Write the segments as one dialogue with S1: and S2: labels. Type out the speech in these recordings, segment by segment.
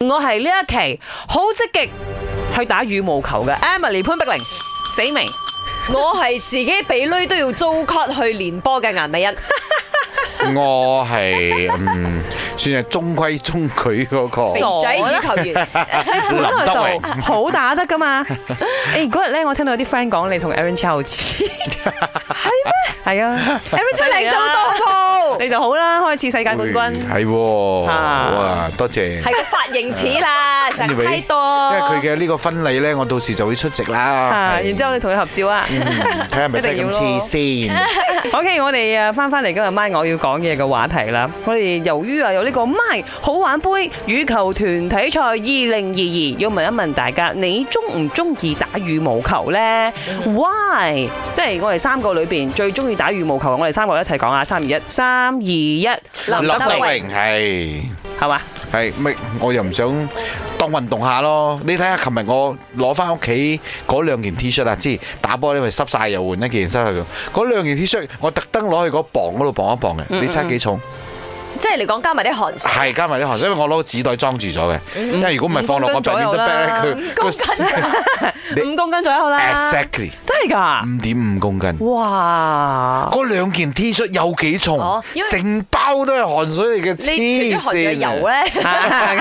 S1: 我係呢一期好積極去打羽毛球嘅 Emily 潘碧玲，死未？
S2: 我係自己俾女都要租 cut 去練波嘅顏美欣，
S3: 我係嗯，算係中規中矩嗰、個。
S1: 傻啦
S2: 肥仔羽球員，
S1: 本來
S3: 德榮
S1: 就 好打得噶嘛。 誒嗰日咧，我聽到有啲 friend 講你同 Aaron Chow 好 似，係咩？係啊，Aaron
S2: 出嚟就
S1: 多，
S3: 啊
S2: 多步，
S1: 你就好啦，開始世界冠軍。
S3: 係喎，
S1: 啊
S3: 哇！多謝。
S2: 係個髮型似啦，成日批
S3: 因為佢
S2: 多。
S3: 嘅呢個婚禮咧，我到時就會出席啦。
S1: 哦啊！
S3: 係
S1: 然之後你同佢合照啊。
S3: 嗯睇 下係咪真係咁黐線。
S1: OK，我哋啊翻翻嚟今日 My 我要講嘢嘅話題啦。我哋由於啊有呢個 My 好玩杯羽球團體賽二零二二，要問一問大家，你中唔中意打羽毛球呢 Why？即係我哋三個裏邊最中意打羽毛球，我哋三個一齊講啊！三二一，三二一，林
S2: 林
S3: 林
S2: 德
S3: 德
S2: 榮
S3: 榮係。
S1: 係嘛？
S3: 係咪？我又唔想當運動下咯。你睇下，琴日我攞翻屋企嗰兩件 T 恤啊，即係打波咧，咪濕晒又換一件濕去。嗰兩件 T 恤我特登攞去嗰磅嗰度磅一磅嘅。你
S1: 嗯
S3: 猜幾重？
S2: 即係嚟講加埋啲汗水，
S3: 係加埋啲汗水，因為我攞個紙袋裝住咗嘅。
S2: 嗯
S3: 因為如果唔係放落個
S1: 五公斤左
S3: b a
S1: 右
S3: d
S1: 啦
S3: bag 咧，佢個你
S1: 五公斤左右
S2: 啊
S1: 啦。
S3: exactly
S1: 真係㗎？
S3: 五點五公斤。
S1: 哇！
S3: 嗰兩件 T 恤有幾重
S2: 哦？因為
S3: 成包都係汗水嚟嘅，
S2: 你除
S3: 黐
S2: 咗汗水
S3: 線啊
S2: 油咧，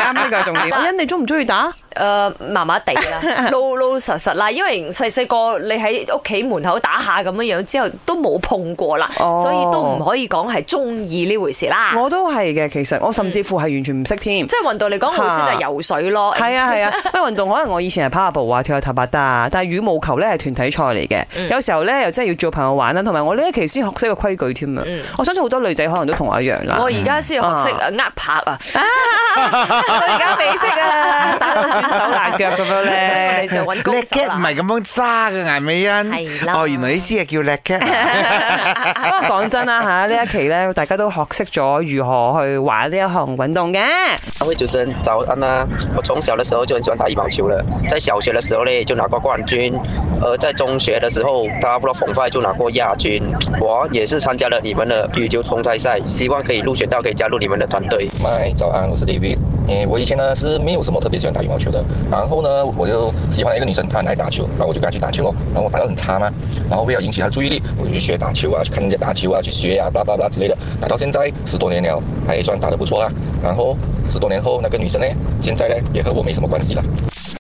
S1: 啱呢個係重點。阿欣，你中唔中意打？
S2: 誒麻麻地啦，老老實實啦，因為細細個你喺屋企門口打下咁樣樣之後都冇碰過啦，
S1: 哦
S2: 所以都唔可以講係中意呢回事啦。
S1: 我都係嘅，其實我甚至乎係完全唔識添。
S2: 即係運動嚟講，我會選擇游水咯。
S1: 係啊 係啊，咩運動可能我以前係跑下步啊、跳下塔巴達，但係羽毛球咧係團體賽嚟嘅，有時候咧又真係要做朋友玩啦，同埋我呢一期先學識個規矩添啊！我相信好多女仔可能都同我一樣啦
S2: 我。而家先學識呃拍啊，
S1: 我而家未識啊，打到損手爛腳咁樣
S2: 你
S1: 咧。
S2: 就揾高
S3: 叻
S2: 手
S3: cat 唔
S2: 啦。
S3: 係咁樣揸嘅，顏美
S2: 係
S3: 欣。
S2: 啦
S3: 哦，原來呢支係叫啊叻 cat。
S1: 不過啊講真啦嚇，呢一期咧大家都學識咗如何去玩呢一項運動嘅。
S4: 各位主持人早安啊！我从小的时候就很喜欢打羽毛球了，在小学的时候呢就拿过冠军，而在中学的时候，差不多很快就拿过亚军。我也是参加了你们的羽球公开赛，希望可以入选到可以加入你们的团队。
S5: 麦，早安，我是 David。诶，我以前呢是没有什么特别喜欢打羽毛球的，然后呢，我就喜欢一个女生，她很爱打球，然后我就跟她去打球咯。然后我打得很差嘛，然后为了引起她注意力，我就去学打球啊，去看人家打球啊，去学啊，巴拉巴拉之类的。打到现在十多年了，还算打得不错啦。然后十多年后，那个女生呢，现在呢也和我没什么关系了。